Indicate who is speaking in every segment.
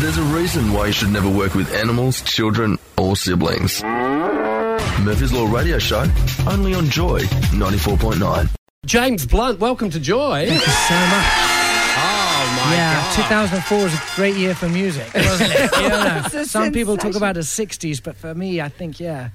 Speaker 1: There's a reason why you should never work with animals, children, or siblings. Murphy's Law Radio Show, only on Joy 94.9.
Speaker 2: James Blunt, welcome to Joy.
Speaker 3: Thank you so much.
Speaker 2: Oh my
Speaker 3: yeah,
Speaker 2: God.
Speaker 3: 2004 was a great year for music, wasn't it? Yeah, no.
Speaker 4: It's a
Speaker 3: Some people talk
Speaker 4: sensation.
Speaker 3: about the 60s, but for me, I think, yeah.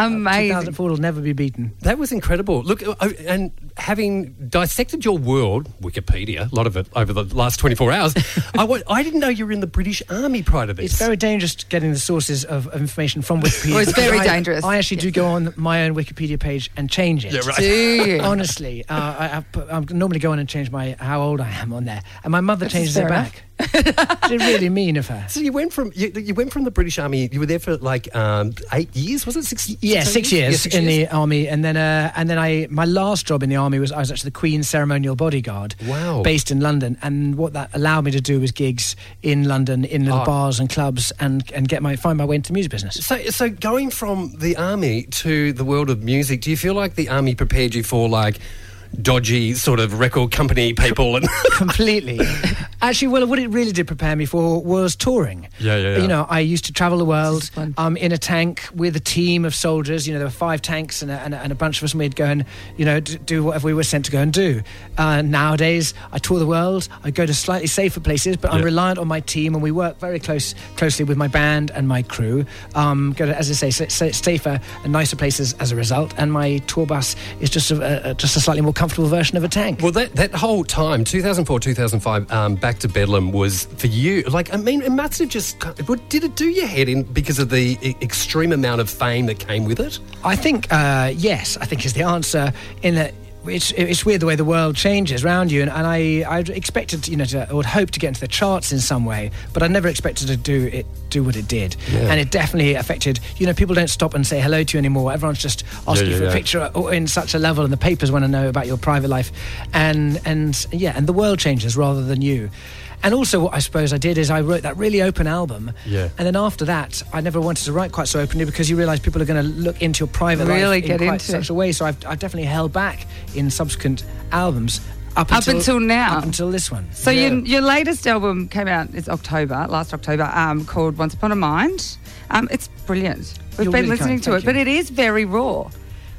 Speaker 4: Amazing.
Speaker 3: 2004 will never be beaten.
Speaker 2: That was incredible. Look, uh, uh, and having dissected your world, Wikipedia, a lot of it over the last 24 hours, I wa- I didn't know you were in the British Army prior to this.
Speaker 3: It's very dangerous getting the sources of information from Wikipedia.
Speaker 4: Well, it's very
Speaker 3: because I-
Speaker 4: dangerous,
Speaker 3: I actually do
Speaker 4: yes.
Speaker 3: go on my own Wikipedia page and change it.
Speaker 2: Yeah, right.
Speaker 4: Do you?
Speaker 3: Honestly, uh, I, I, put- I normally go on and change my how old I am on there, and my mother changes
Speaker 4: fair
Speaker 3: it back. It's really mean of her.
Speaker 2: So you went from you, you went from the British Army. You were there for like um, eight years, was it? Six?
Speaker 3: Yeah, six years
Speaker 2: Yeah, six
Speaker 3: in
Speaker 2: years.
Speaker 3: the army, and then uh, and then I my last job in the army was I was actually the Queen's ceremonial bodyguard.
Speaker 2: Wow.
Speaker 3: Based in London, and what that allowed me to do was gigs in London in little
Speaker 2: Oh.
Speaker 3: bars and clubs, and and get my find my way into the music business.
Speaker 2: So, so going from the army to the world of music, do you feel like the army prepared you for like dodgy sort of record company people? And
Speaker 3: completely. Actually, well, what it really did prepare me for was touring.
Speaker 2: Yeah, yeah, yeah.
Speaker 3: You know, I used to travel the world
Speaker 4: is fun.
Speaker 3: um, in a tank with a team of soldiers. You know, there were five tanks and a, and a, and a bunch of us, and we'd go and, you know, d- do whatever we were sent to go and do. Uh, nowadays, I tour the world. I go to slightly safer places, but I'm
Speaker 2: Yeah.
Speaker 3: reliant on my team, and we work very close closely with my band and my crew. Um, go to, as I say, sa- sa- safer and nicer places as a result. And my tour bus is just a, a, just a slightly more comfortable version of a tank.
Speaker 2: well, that that whole time, two thousand four, two thousand five, um, back to Bedlam was for you. Like, I mean, it must have just. What did it do your head in because of the e- extreme amount of fame that came with it?
Speaker 3: I think uh, yes. I think is the answer. In that it's it's weird the way the world changes around you, and, and I I expected you know to, I would hope to get into the charts in some way, but I never expected to do it do what it did, and it definitely affected. You know, people don't stop and say hello to you anymore. Everyone's just asking
Speaker 2: yeah,
Speaker 3: for
Speaker 2: yeah.
Speaker 3: a picture or in such a level, and the papers want to know about your private life, and and yeah, and the world changes rather than you. And also, what I suppose I did is I wrote that really open album,
Speaker 2: Yeah.
Speaker 3: and then after that, I never wanted to write quite so openly because you realise people are going to look into your private
Speaker 4: Really
Speaker 3: life
Speaker 4: get
Speaker 3: in quite
Speaker 4: into
Speaker 3: such
Speaker 4: it.
Speaker 3: a way. So I've, I've definitely held back in subsequent albums up,
Speaker 4: Up until now.
Speaker 3: up until this one.
Speaker 4: So your, your latest album came out it's October, last October, um, called Once Upon a Mind. Um, it's brilliant. We've
Speaker 3: You're
Speaker 4: been
Speaker 3: really
Speaker 4: listening
Speaker 3: kind,
Speaker 4: to it,
Speaker 3: thank
Speaker 4: but
Speaker 3: you.
Speaker 4: it is very raw.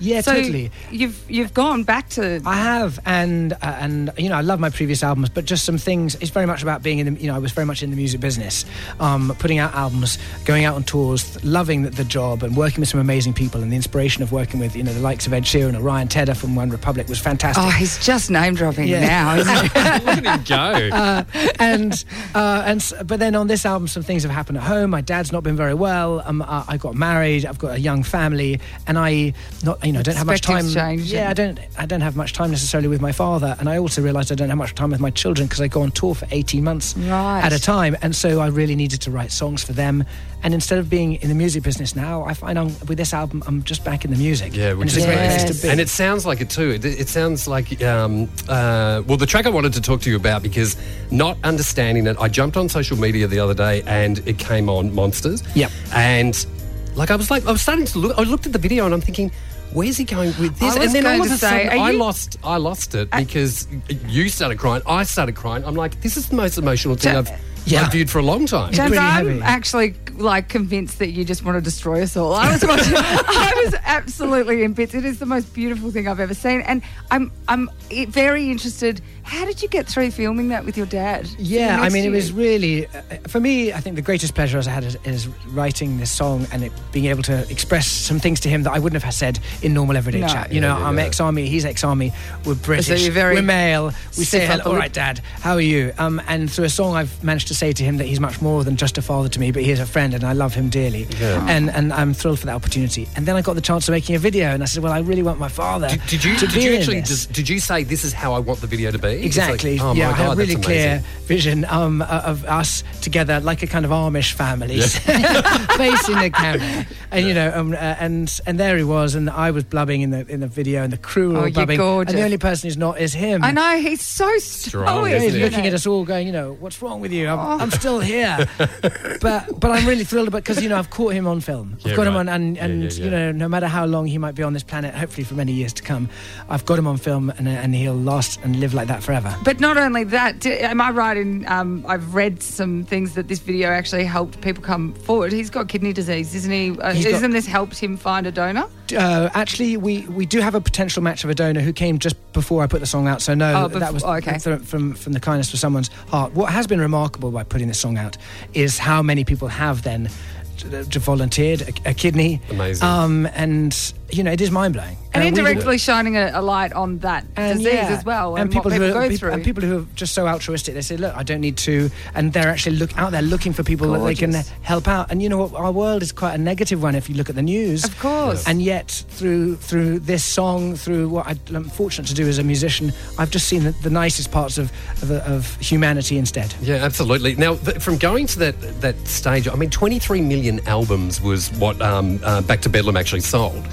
Speaker 3: Yeah,
Speaker 4: so
Speaker 3: totally.
Speaker 4: You've you've gone back to
Speaker 3: I have, and uh, and you know, I love my previous albums, but just some things. It's very much about being in the. You know, I was very much in the music business, um, putting out albums, going out on tours, th- loving the, the job, and working with some amazing people. And the inspiration of working with you know the likes of Ed Sheeran or Ryan Tedder from One Republic was fantastic.
Speaker 4: Oh, he's just name dropping
Speaker 3: Yeah.
Speaker 4: now. Isn't he?
Speaker 2: Look at him go.
Speaker 3: and uh, and s- but then on this album, some things have happened at home. My dad's not been very well. Um, I, I got married. I've got a young family, and I not you know don't have much time.
Speaker 4: Perspectives change,
Speaker 3: yeah, I don't I don't have much time necessarily with my father, and I also realised I don't have much time with my children because I go on tour for eighteen months
Speaker 4: Right.
Speaker 3: at a time, and so I really needed to write songs for them. And instead of being in the music business now, I find I'm, with this album I'm just back in the music.
Speaker 2: Yeah,
Speaker 3: And
Speaker 2: which
Speaker 3: it's
Speaker 2: is
Speaker 3: a great
Speaker 2: great.
Speaker 3: place to be.
Speaker 2: And it sounds like it too. It, it sounds like, um, uh, well, the track I wanted to talk to you about because not understanding it, I jumped on social media the other day and it came on Monsters.
Speaker 3: Yep.
Speaker 2: And like I was like, I was starting to look. I looked at the video and I'm thinking. Where's he going with this?
Speaker 4: I was
Speaker 2: and then
Speaker 4: going
Speaker 2: all of
Speaker 4: to
Speaker 2: a
Speaker 4: say,
Speaker 2: sudden,
Speaker 4: are
Speaker 2: I
Speaker 4: you-
Speaker 2: lost, I lost it because you started crying. I started crying. I'm like, this is the most emotional thing
Speaker 4: Ja-
Speaker 2: I've,
Speaker 3: Yeah.
Speaker 2: I've viewed for a long time.
Speaker 4: James,
Speaker 3: really
Speaker 4: I'm
Speaker 3: heavy.
Speaker 4: actually like convinced that you just want to destroy us all. I was watching, I was absolutely in bits. It is the most beautiful thing I've ever seen, and I'm I'm i- very interested. How did you get through filming that with your dad? Sitting
Speaker 3: Yeah, I
Speaker 4: next
Speaker 3: mean,
Speaker 4: to
Speaker 3: it
Speaker 4: you?
Speaker 3: was really uh, for me. I think the greatest pleasure I had is, is writing this song and it, being able to express some things to him that I wouldn't have said in normal everyday
Speaker 4: No.
Speaker 3: chat. You know,
Speaker 2: yeah,
Speaker 3: I'm
Speaker 2: yeah.
Speaker 3: ex-army, he's ex-army. We're British,
Speaker 4: you're very
Speaker 3: we're male. We say
Speaker 4: stiff
Speaker 3: hello.
Speaker 4: upper
Speaker 3: All
Speaker 4: lip.
Speaker 3: right, Dad, how are you? Um, and through a song, I've managed to say to him that he's much more than just a father to me, but he is a friend and I love him dearly. And and I'm thrilled for that opportunity. And then I got the chance of making a video, and I said, well, I really want my father.
Speaker 2: Did, did you
Speaker 3: to
Speaker 2: did
Speaker 3: be
Speaker 2: you
Speaker 3: in
Speaker 2: actually dis-
Speaker 3: this."
Speaker 2: did you say this is how I want the video to be? It's like,
Speaker 3: Exactly.
Speaker 2: oh my
Speaker 3: yeah, I
Speaker 2: god,
Speaker 3: had a really
Speaker 2: that's
Speaker 3: clear
Speaker 2: amazing.
Speaker 3: vision um, o- of us together, like a kind of Amish family, facing the camera, and you know, um, uh, and and there he was, and I was blubbing in the in the video, and the crew were
Speaker 4: Oh,
Speaker 3: all
Speaker 4: you're
Speaker 3: blubbing,
Speaker 4: gorgeous.
Speaker 3: and the only person who's not is him.
Speaker 4: I know he's so strong.
Speaker 2: Strong,
Speaker 3: Yeah,
Speaker 2: isn't
Speaker 3: he's
Speaker 2: he?
Speaker 3: looking at us all, going, you know, what's wrong with you? I'm,
Speaker 4: Oh.
Speaker 3: I'm still here, but but I'm really thrilled about because you know I've caught him on film. I've
Speaker 2: Yeah,
Speaker 3: got him
Speaker 2: right.
Speaker 3: on, and
Speaker 2: Yeah,
Speaker 3: and
Speaker 2: yeah, yeah.
Speaker 3: you know, no matter how long he might be on this planet, hopefully for many years to come, I've got him on film, and and he'll last and live like that forever.
Speaker 4: But not only that, d- am I right in? Um, I've read some things that this video actually helped people come forward. He's got kidney disease, isn't he? Uh,
Speaker 3: He's got-
Speaker 4: isn't this helped him find a donor?
Speaker 3: Uh, actually, we, we do have a potential match of a donor who came just before I put the song out. So no,
Speaker 4: Oh, bef-
Speaker 3: that was
Speaker 4: oh, okay.
Speaker 3: th- from from the kindness of someone's heart. What has been remarkable by putting this song out is how many people have then t- t- volunteered a, a kidney.
Speaker 2: Amazing.
Speaker 3: Um, and you know, it is Uh, mind blowing.
Speaker 4: And indirectly shining a, a light on that disease as well, and, what people
Speaker 3: who are,
Speaker 4: go
Speaker 3: peop-
Speaker 4: through.
Speaker 3: and people who are just so altruistic, they say, "Look, I don't need to," and they're actually look out there looking for people that they
Speaker 4: Gorgeous.
Speaker 3: can help out. And you know what? Our world is quite a negative one if you look at the news,
Speaker 4: Of course.
Speaker 3: And yet, through through this song, through what I- I'm fortunate to do as a musician, I've just seen the, the nicest parts of, of of humanity instead.
Speaker 2: Yeah, absolutely. Now, th- from going to that that stage, I mean, 23 million albums was what um, uh, Back to Bedlam actually sold.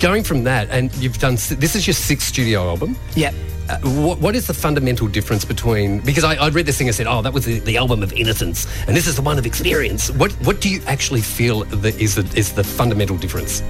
Speaker 2: Going from that, and you've done s- this is your sixth studio album.
Speaker 3: Yep.
Speaker 2: Uh, what, what is the fundamental difference between? Because I, I read this thing and said, "Oh, that was the, the album of innocence, and this is the one of experience." What What do you actually feel that is the, is the fundamental difference?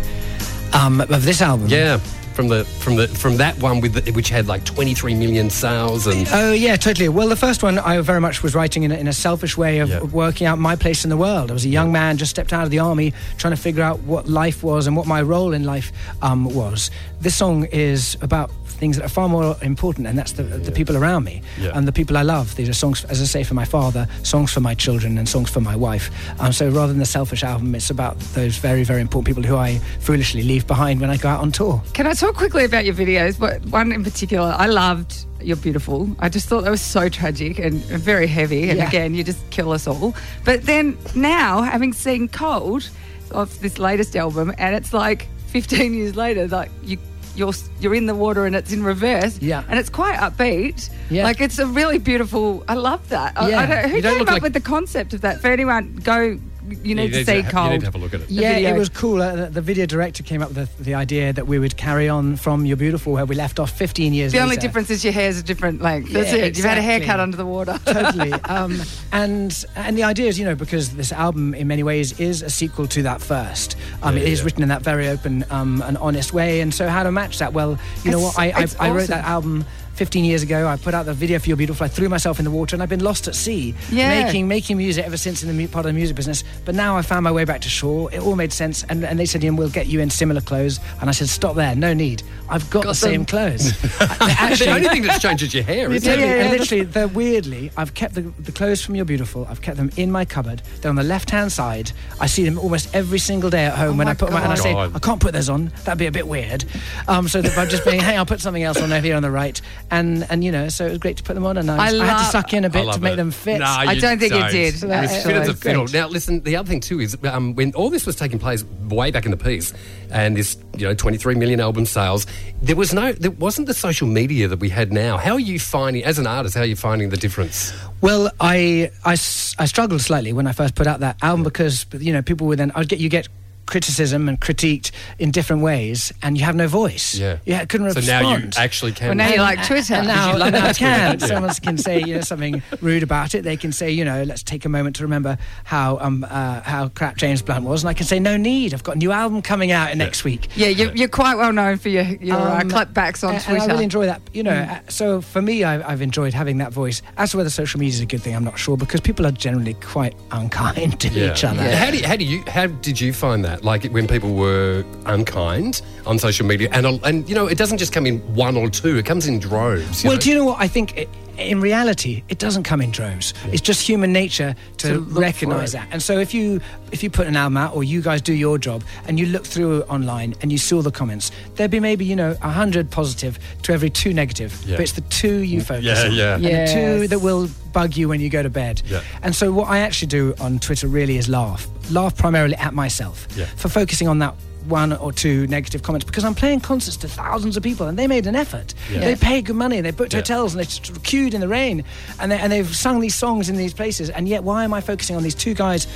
Speaker 3: Um, of this album.
Speaker 2: Yeah, from the from the from that one with the, which had like 23 million sales and
Speaker 3: Oh yeah, totally. Well, the first one I very much was writing in a, in a selfish way of
Speaker 2: Yeah.
Speaker 3: working out my place in the world. I was a young man just stepped out of the army, trying to figure out what life was and what my role in life um, was. This song is about things that are far more important, and that's the, the people around me
Speaker 2: Yeah.
Speaker 3: and the people I love. These are songs, as I say, for my father, songs for my children, and songs for my wife. Um, so rather than the selfish album, it's about those very, very important people who I foolishly leave behind when I go out on tour.
Speaker 4: Can I talk quickly about your videos? What one in particular? I loved You're Beautiful. I just thought that was so tragic and very heavy. And
Speaker 3: Yeah.
Speaker 4: again, you just kill us all. But then now, having seen Cold of this latest album, and it's like 15 years later, like you. You're, you're in the water and it's in reverse.
Speaker 3: Yeah.
Speaker 4: And it's quite upbeat.
Speaker 3: Yeah.
Speaker 4: Like it's a really beautiful. I love that. I- I
Speaker 3: Yeah.
Speaker 4: don't- who
Speaker 2: You don't
Speaker 4: came
Speaker 2: look
Speaker 4: up
Speaker 2: like-
Speaker 4: with the concept of that? For anyone, go. You need
Speaker 2: ha-
Speaker 4: to see Cold.
Speaker 2: you need to have a look at it.
Speaker 3: Yeah,
Speaker 4: video.
Speaker 3: it was cool. Uh, the- the video director came up with the, the idea that we would carry on from You're Beautiful, where we left off 15 years
Speaker 4: the only
Speaker 3: later.
Speaker 4: difference is your hair's a different length. That's
Speaker 3: Yeah,
Speaker 4: it. You've had a
Speaker 3: exactly.
Speaker 4: haircut under the water.
Speaker 3: totally. Um, and and the idea is, you know, because this album in many ways is a sequel to that first. Um,
Speaker 2: Yeah,
Speaker 3: it is
Speaker 2: yeah.
Speaker 3: written in that very open um, and honest way. And so, how to match that? Well, you know
Speaker 4: It's-
Speaker 3: what? I, I,
Speaker 4: it's
Speaker 3: I wrote
Speaker 4: awesome.
Speaker 3: that album. 15 years ago, I put out the video for You're Beautiful. I threw myself in the water and I've been lost at sea,
Speaker 4: Yeah.
Speaker 3: making making music ever since in the mu- part of the music business. But now I found my way back to shore. It all made sense. And, and they said, Ian, we'll get you in similar clothes. And I said, Stop there, no need. I've got, the same
Speaker 4: them.
Speaker 3: clothes.
Speaker 2: the only thing that's changed is your hair, isn't
Speaker 3: Yeah,
Speaker 2: it?
Speaker 3: yeah, and literally, they're weirdly, I've kept the, the clothes from You're Beautiful. I've kept them in my cupboard. They're on the left-hand side. I see them almost every single day at home when
Speaker 4: my
Speaker 3: I put them on. And I
Speaker 4: God.
Speaker 3: say,
Speaker 2: Oh God.
Speaker 3: I can't put those on. That'd be a bit weird. Um, so that I'm just being, hey, I'll put something else on over here on the right. And and you know, so it was great to put them on. And I,
Speaker 4: I
Speaker 3: I had
Speaker 4: love-
Speaker 3: to suck in a
Speaker 2: I
Speaker 3: bit to
Speaker 2: love
Speaker 3: make
Speaker 2: it.
Speaker 3: them fit.
Speaker 2: Nah,
Speaker 4: I
Speaker 2: you
Speaker 4: don't think you did.
Speaker 2: It's
Speaker 4: That's
Speaker 2: fit as a
Speaker 4: actually
Speaker 2: fiddle.
Speaker 4: great.
Speaker 2: Now, listen. The other thing too is um, when all this was taking place way back in the piece, and this you know 23 million album sales, there was no, there wasn't the social media that we had now. How are you finding, as an artist, how are you finding the difference?
Speaker 3: Well, I, I s- I struggled slightly when I first put out that album because you know people were then I'd get you get criticism and critiqued in different ways, and you have no voice. yeah, I couldn't
Speaker 2: So
Speaker 3: respond.
Speaker 2: now you actually can.
Speaker 4: Well, now you like Twitter.
Speaker 3: And now,
Speaker 2: love
Speaker 3: now I
Speaker 2: that squid,
Speaker 3: can.
Speaker 2: don't you?
Speaker 3: Someone can say you know something rude about it. They can say you know let's take a moment to remember how um uh, how crap James Blunt was, and I can say no need. I've got a new album coming out next week.
Speaker 4: yeah, you're, you're quite well known for your, your uh,
Speaker 3: Um,
Speaker 4: clapbacks on
Speaker 3: and-
Speaker 4: Twitter.
Speaker 3: And
Speaker 4: Mm.
Speaker 3: I really enjoy that. You know, uh, so for me, I, I've enjoyed having that voice. As to whether social media is a good thing, I'm not sure because people are generally quite unkind to
Speaker 2: Yeah.
Speaker 3: each other.
Speaker 2: Yeah. How, do you, how do you how did you find that? Like when people were unkind on social media, and and you know it doesn't just come in one or two; it comes in droves. you
Speaker 3: Well,
Speaker 2: know?
Speaker 3: do you know what I think? It, in reality, it doesn't come in droves. It's just human nature
Speaker 4: To
Speaker 3: to,
Speaker 4: look for
Speaker 3: recognize
Speaker 4: it.
Speaker 3: that. And so if you if you put an album out or you guys do your job and you look through online and you see all the comments, there'd be maybe, you know, 100 positive to every two negative.
Speaker 2: Yeah.
Speaker 3: But it's the two you focus
Speaker 2: Yeah,
Speaker 3: on.
Speaker 2: yeah.
Speaker 3: And the two
Speaker 4: Yes.
Speaker 3: that will bug you when you go to bed.
Speaker 2: Yeah.
Speaker 3: And so what I actually do on Twitter really is laugh. Laugh primarily at myself
Speaker 2: Yeah.
Speaker 3: for focusing on that one or two negative comments because I'm playing concerts to thousands of people and they made an effort.
Speaker 2: Yeah.
Speaker 3: They paid good money, they booked
Speaker 2: Yeah.
Speaker 3: hotels and they t- queued in the rain and, they, and they've sung these songs in these places and yet why am I focusing on these two guys,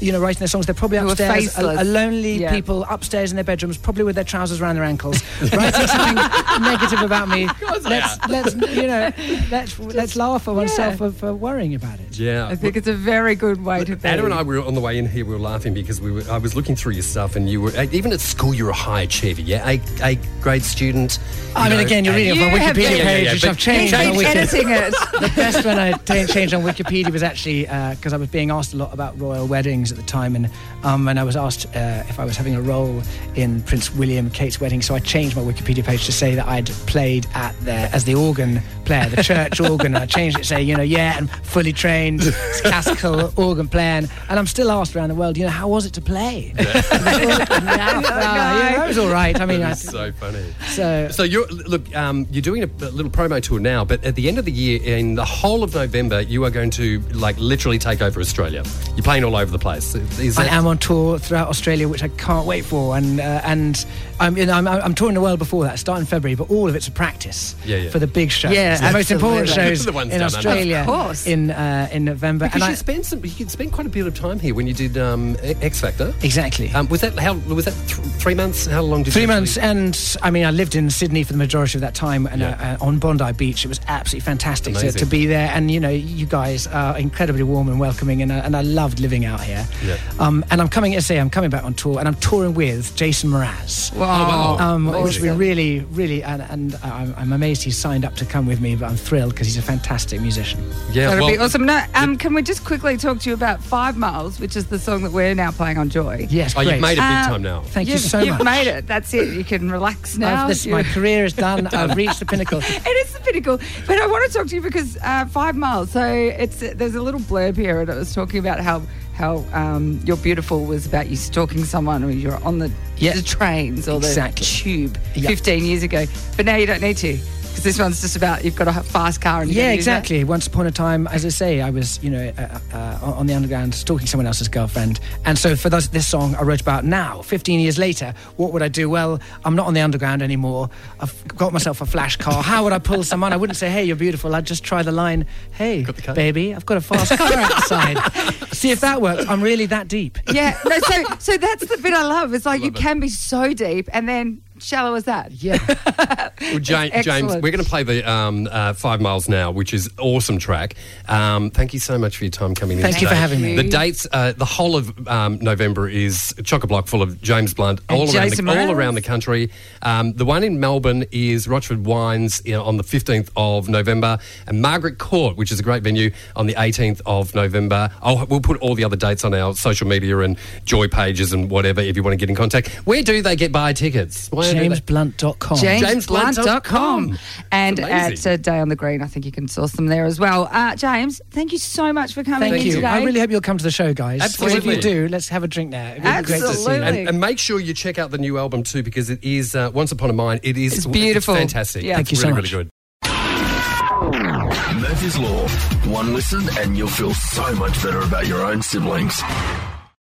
Speaker 3: you know, writing their songs? They're probably
Speaker 4: Who are
Speaker 3: upstairs, a,
Speaker 4: faceless.
Speaker 3: a lonely
Speaker 4: Yeah.
Speaker 3: people upstairs in their bedrooms, probably with their trousers around their ankles, writing something negative about me. Let's, let's, you know, let's, let's laugh at oneself for, for worrying about it.
Speaker 2: Yeah.
Speaker 4: I think it's a very good way to be.
Speaker 2: Anna and I were on the way in here. We were laughing because we were. I was looking through your stuff, and you were eh, even at school. You were a high achiever. Yeah, a, a grade student.
Speaker 3: I
Speaker 2: you
Speaker 3: mean,
Speaker 2: know,
Speaker 3: again, you're
Speaker 2: and-
Speaker 3: reading
Speaker 4: You
Speaker 3: from Wikipedia
Speaker 4: have been-
Speaker 3: page,
Speaker 4: Yeah, yeah,
Speaker 2: yeah,
Speaker 3: which
Speaker 2: but-
Speaker 3: I've changed on the
Speaker 4: He's been
Speaker 3: weekend.
Speaker 4: editing it.
Speaker 3: The best one I ta- changed on Wikipedia was actually because I was being asked a lot about royal weddings at the time, and um, and I was asked uh, if I was having a role in Prince William Kate's wedding, so I changed my Wikipedia page to say that I'd played at the as the organ player, the church organ. I changed it to say, you know, yeah, I'm fully trained classical organ player, and, and I'm still asked around the world, you know, how was it to play? Yeah, well, you know, it was all right. I mean, I,
Speaker 2: It's so funny.
Speaker 3: so
Speaker 2: So you're look, um, you're doing a a little promo tour now, but at the end of the year, in the whole of November, you are going to like literally take over Australia. You're playing all over the place. Is
Speaker 3: I
Speaker 2: that-
Speaker 3: am on tour throughout Australia, which I can't wait for, and uh, and I'm, you know, I'm I'm touring the world before that, starting February, but all of it's a practice
Speaker 2: Yeah, yeah.
Speaker 3: for the big shows,
Speaker 4: Yeah,
Speaker 3: the most important
Speaker 4: absolutely.
Speaker 3: shows
Speaker 2: The ones
Speaker 3: in
Speaker 2: done,
Speaker 3: Australia,
Speaker 4: Of course.
Speaker 3: in uh, in November,
Speaker 2: Because
Speaker 3: and
Speaker 2: you
Speaker 3: I,
Speaker 2: spent some, you could spend quite a bit of time here when you did um, E- X Factor.
Speaker 3: exactly.
Speaker 2: Um, was that how? Was that th- three months? How long did
Speaker 3: Three
Speaker 2: you
Speaker 3: months,
Speaker 2: actually-
Speaker 3: and I mean, I lived in Sydney for the majority of that time, and
Speaker 2: Yeah.
Speaker 3: uh, uh, on Bondi Beach, it was absolutely fantastic to,
Speaker 2: Amazing.
Speaker 3: to be there. And you know, you guys are incredibly warm and welcoming, and I, and I loved living out here.
Speaker 2: Yeah.
Speaker 3: Um, and I'm coming, as I say, I'm coming back on tour, and I'm touring with Jason Mraz.
Speaker 2: Oh, wow.
Speaker 3: Um, which we
Speaker 2: Amazing.
Speaker 3: really, really, and, and I'm, I'm amazed he's signed up to come with me, but I'm thrilled because he's a fantastic musician.
Speaker 2: Yeah,
Speaker 4: That'd be
Speaker 2: well-
Speaker 4: awesome. No, um, can we just quickly talk to you about Five Miles, which is the song that we're now playing on Joy?
Speaker 3: Yes,
Speaker 2: Oh,
Speaker 3: great.
Speaker 2: you've made it big
Speaker 4: Uh,
Speaker 2: time now.
Speaker 3: Thank you
Speaker 4: You've-
Speaker 3: so
Speaker 4: you've
Speaker 3: much.
Speaker 4: made it. That's it. You can relax now.
Speaker 3: I've, this,
Speaker 4: You-
Speaker 3: my career is done. I've reached the pinnacle.
Speaker 4: It is the pinnacle. But I want to talk to you because uh, five miles. So it's there's a little blurb here, and it was talking about how how um, your beautiful was about you stalking someone, or you're on the,
Speaker 3: Yeah.
Speaker 4: the trains or
Speaker 3: Exactly.
Speaker 4: the tube
Speaker 3: Yeah.
Speaker 4: 15 years ago. But now you don't need to because this one's just about you've got a fast car and you
Speaker 3: Yeah,
Speaker 4: can use that.
Speaker 3: exactly. Once upon a time, as I say, I was, you know, uh, uh, on the underground stalking someone else's girlfriend. And so for this, this song I wrote about now, 15 years later, what would I do? Well, I'm not on the underground anymore. I've got myself a flash car. How would I pull someone? I wouldn't say, hey, you're beautiful. I'd just try the line, hey,
Speaker 2: car?
Speaker 3: baby, I've got a fast car outside. See if that works. I'm really that deep.
Speaker 4: Yeah, no, so so that's the bit I love. It's like you
Speaker 2: Love it.
Speaker 4: can be so deep and then shallow as that.
Speaker 3: Yeah.
Speaker 2: Well, James, James,
Speaker 4: excellent.
Speaker 2: we're going to play the um, uh, Five Miles Now, which is awesome track. Um, thank you so much for your time coming in.
Speaker 3: Thank you
Speaker 2: today.
Speaker 3: for having me.
Speaker 2: The dates, uh, the whole of um, November is chock a block full of James Blunt
Speaker 4: And
Speaker 2: all around,
Speaker 4: Jason
Speaker 2: the, all
Speaker 4: Mraz.
Speaker 2: around the country. Um, the one in Melbourne is Rochford Wines you know, on the 15th of November, and Margaret Court, which is a great venue, on the 18th of November. I'll, we'll put all the other dates on our social media and joy pages and whatever if you want to get in contact. Where do they get buy tickets? Where do they-
Speaker 3: JamesBlunt.com.
Speaker 4: JamesBlunt.com.
Speaker 2: JamesBlunt.com.
Speaker 4: And at
Speaker 2: amazing.
Speaker 4: uh, Day on the Green, I think you can source them there as well. Uh, James, thank you so much for coming
Speaker 3: Thank
Speaker 4: in
Speaker 3: you.
Speaker 4: today.
Speaker 3: I really hope you'll come to the show, guys. If
Speaker 2: Absolutely.
Speaker 3: you do, let's have a drink there. It'd be great to see you.
Speaker 4: Absolutely.
Speaker 2: And, and make sure you check out the new album too, because it is uh, Once Upon a Mind. It is
Speaker 4: It's beautiful.
Speaker 2: fantastic.
Speaker 4: Yeah.
Speaker 3: Thank
Speaker 2: It's
Speaker 3: you so
Speaker 2: really,
Speaker 3: much.
Speaker 2: Really good.
Speaker 1: Murphy's Law. One listen and you'll feel so much better about your own siblings.